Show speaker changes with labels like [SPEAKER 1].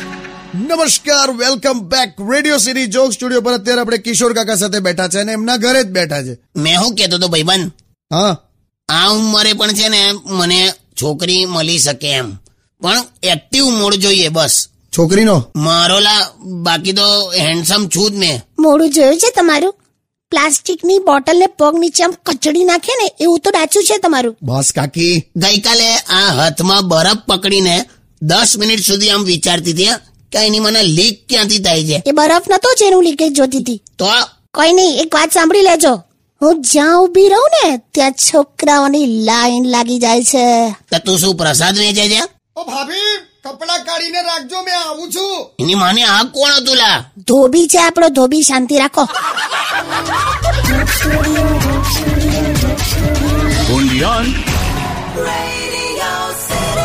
[SPEAKER 1] નમસ્કાર welcome back Radio City Joke Studio પર અત્યારે આપણે કિશોર કાકા સાથે બેઠા છે અને એમના ઘરે જ બેઠા છે
[SPEAKER 2] મેં શું કેતો તો ભાઈબંધ
[SPEAKER 1] હા
[SPEAKER 2] આ ઉંમરે પણ છે ને મને છોકરી મળી શકે એમ પણ એક્ટિવ મોડ જોઈએ બસ
[SPEAKER 1] છોકરીનો
[SPEAKER 2] મારો લા બાકી તો હેન્ડસમ છું જ મેં
[SPEAKER 3] મોડું જોયું છે તમારું પ્લાસ્ટિકની બોટલને પગ નીચે આમ કચડી નાખે ને એવું તો ડાચું છે તમારું
[SPEAKER 1] બસ કાકી
[SPEAKER 2] ગઈકાલે આ હાથમાં બરફ પકડીને દસ મિનિટ સુધી આમ વિચારતી હતી કે એની મને લીક ક્યાંથી થાય છે
[SPEAKER 3] એ બરફ નતો જેનું લીકેજ જોતી હતી
[SPEAKER 2] તો
[SPEAKER 3] કોઈ નહીં એક વાત સાંભળી લેજો હું જ્યાં ઊભી રહું ને ત્યાં છોકરાઓની લાઈન લાગી જાય છે
[SPEAKER 2] તો તું શું પ્રસાદ વેચે છે
[SPEAKER 1] ઓ ભાભી કપડા કાઢીને રાખજો મેં આવું છું
[SPEAKER 2] એની માને આ કોણ હતું લા
[SPEAKER 3] ધોબી છે આપણો ધોબી શાંતિ રાખો
[SPEAKER 4] Un león.
[SPEAKER 5] Radio City.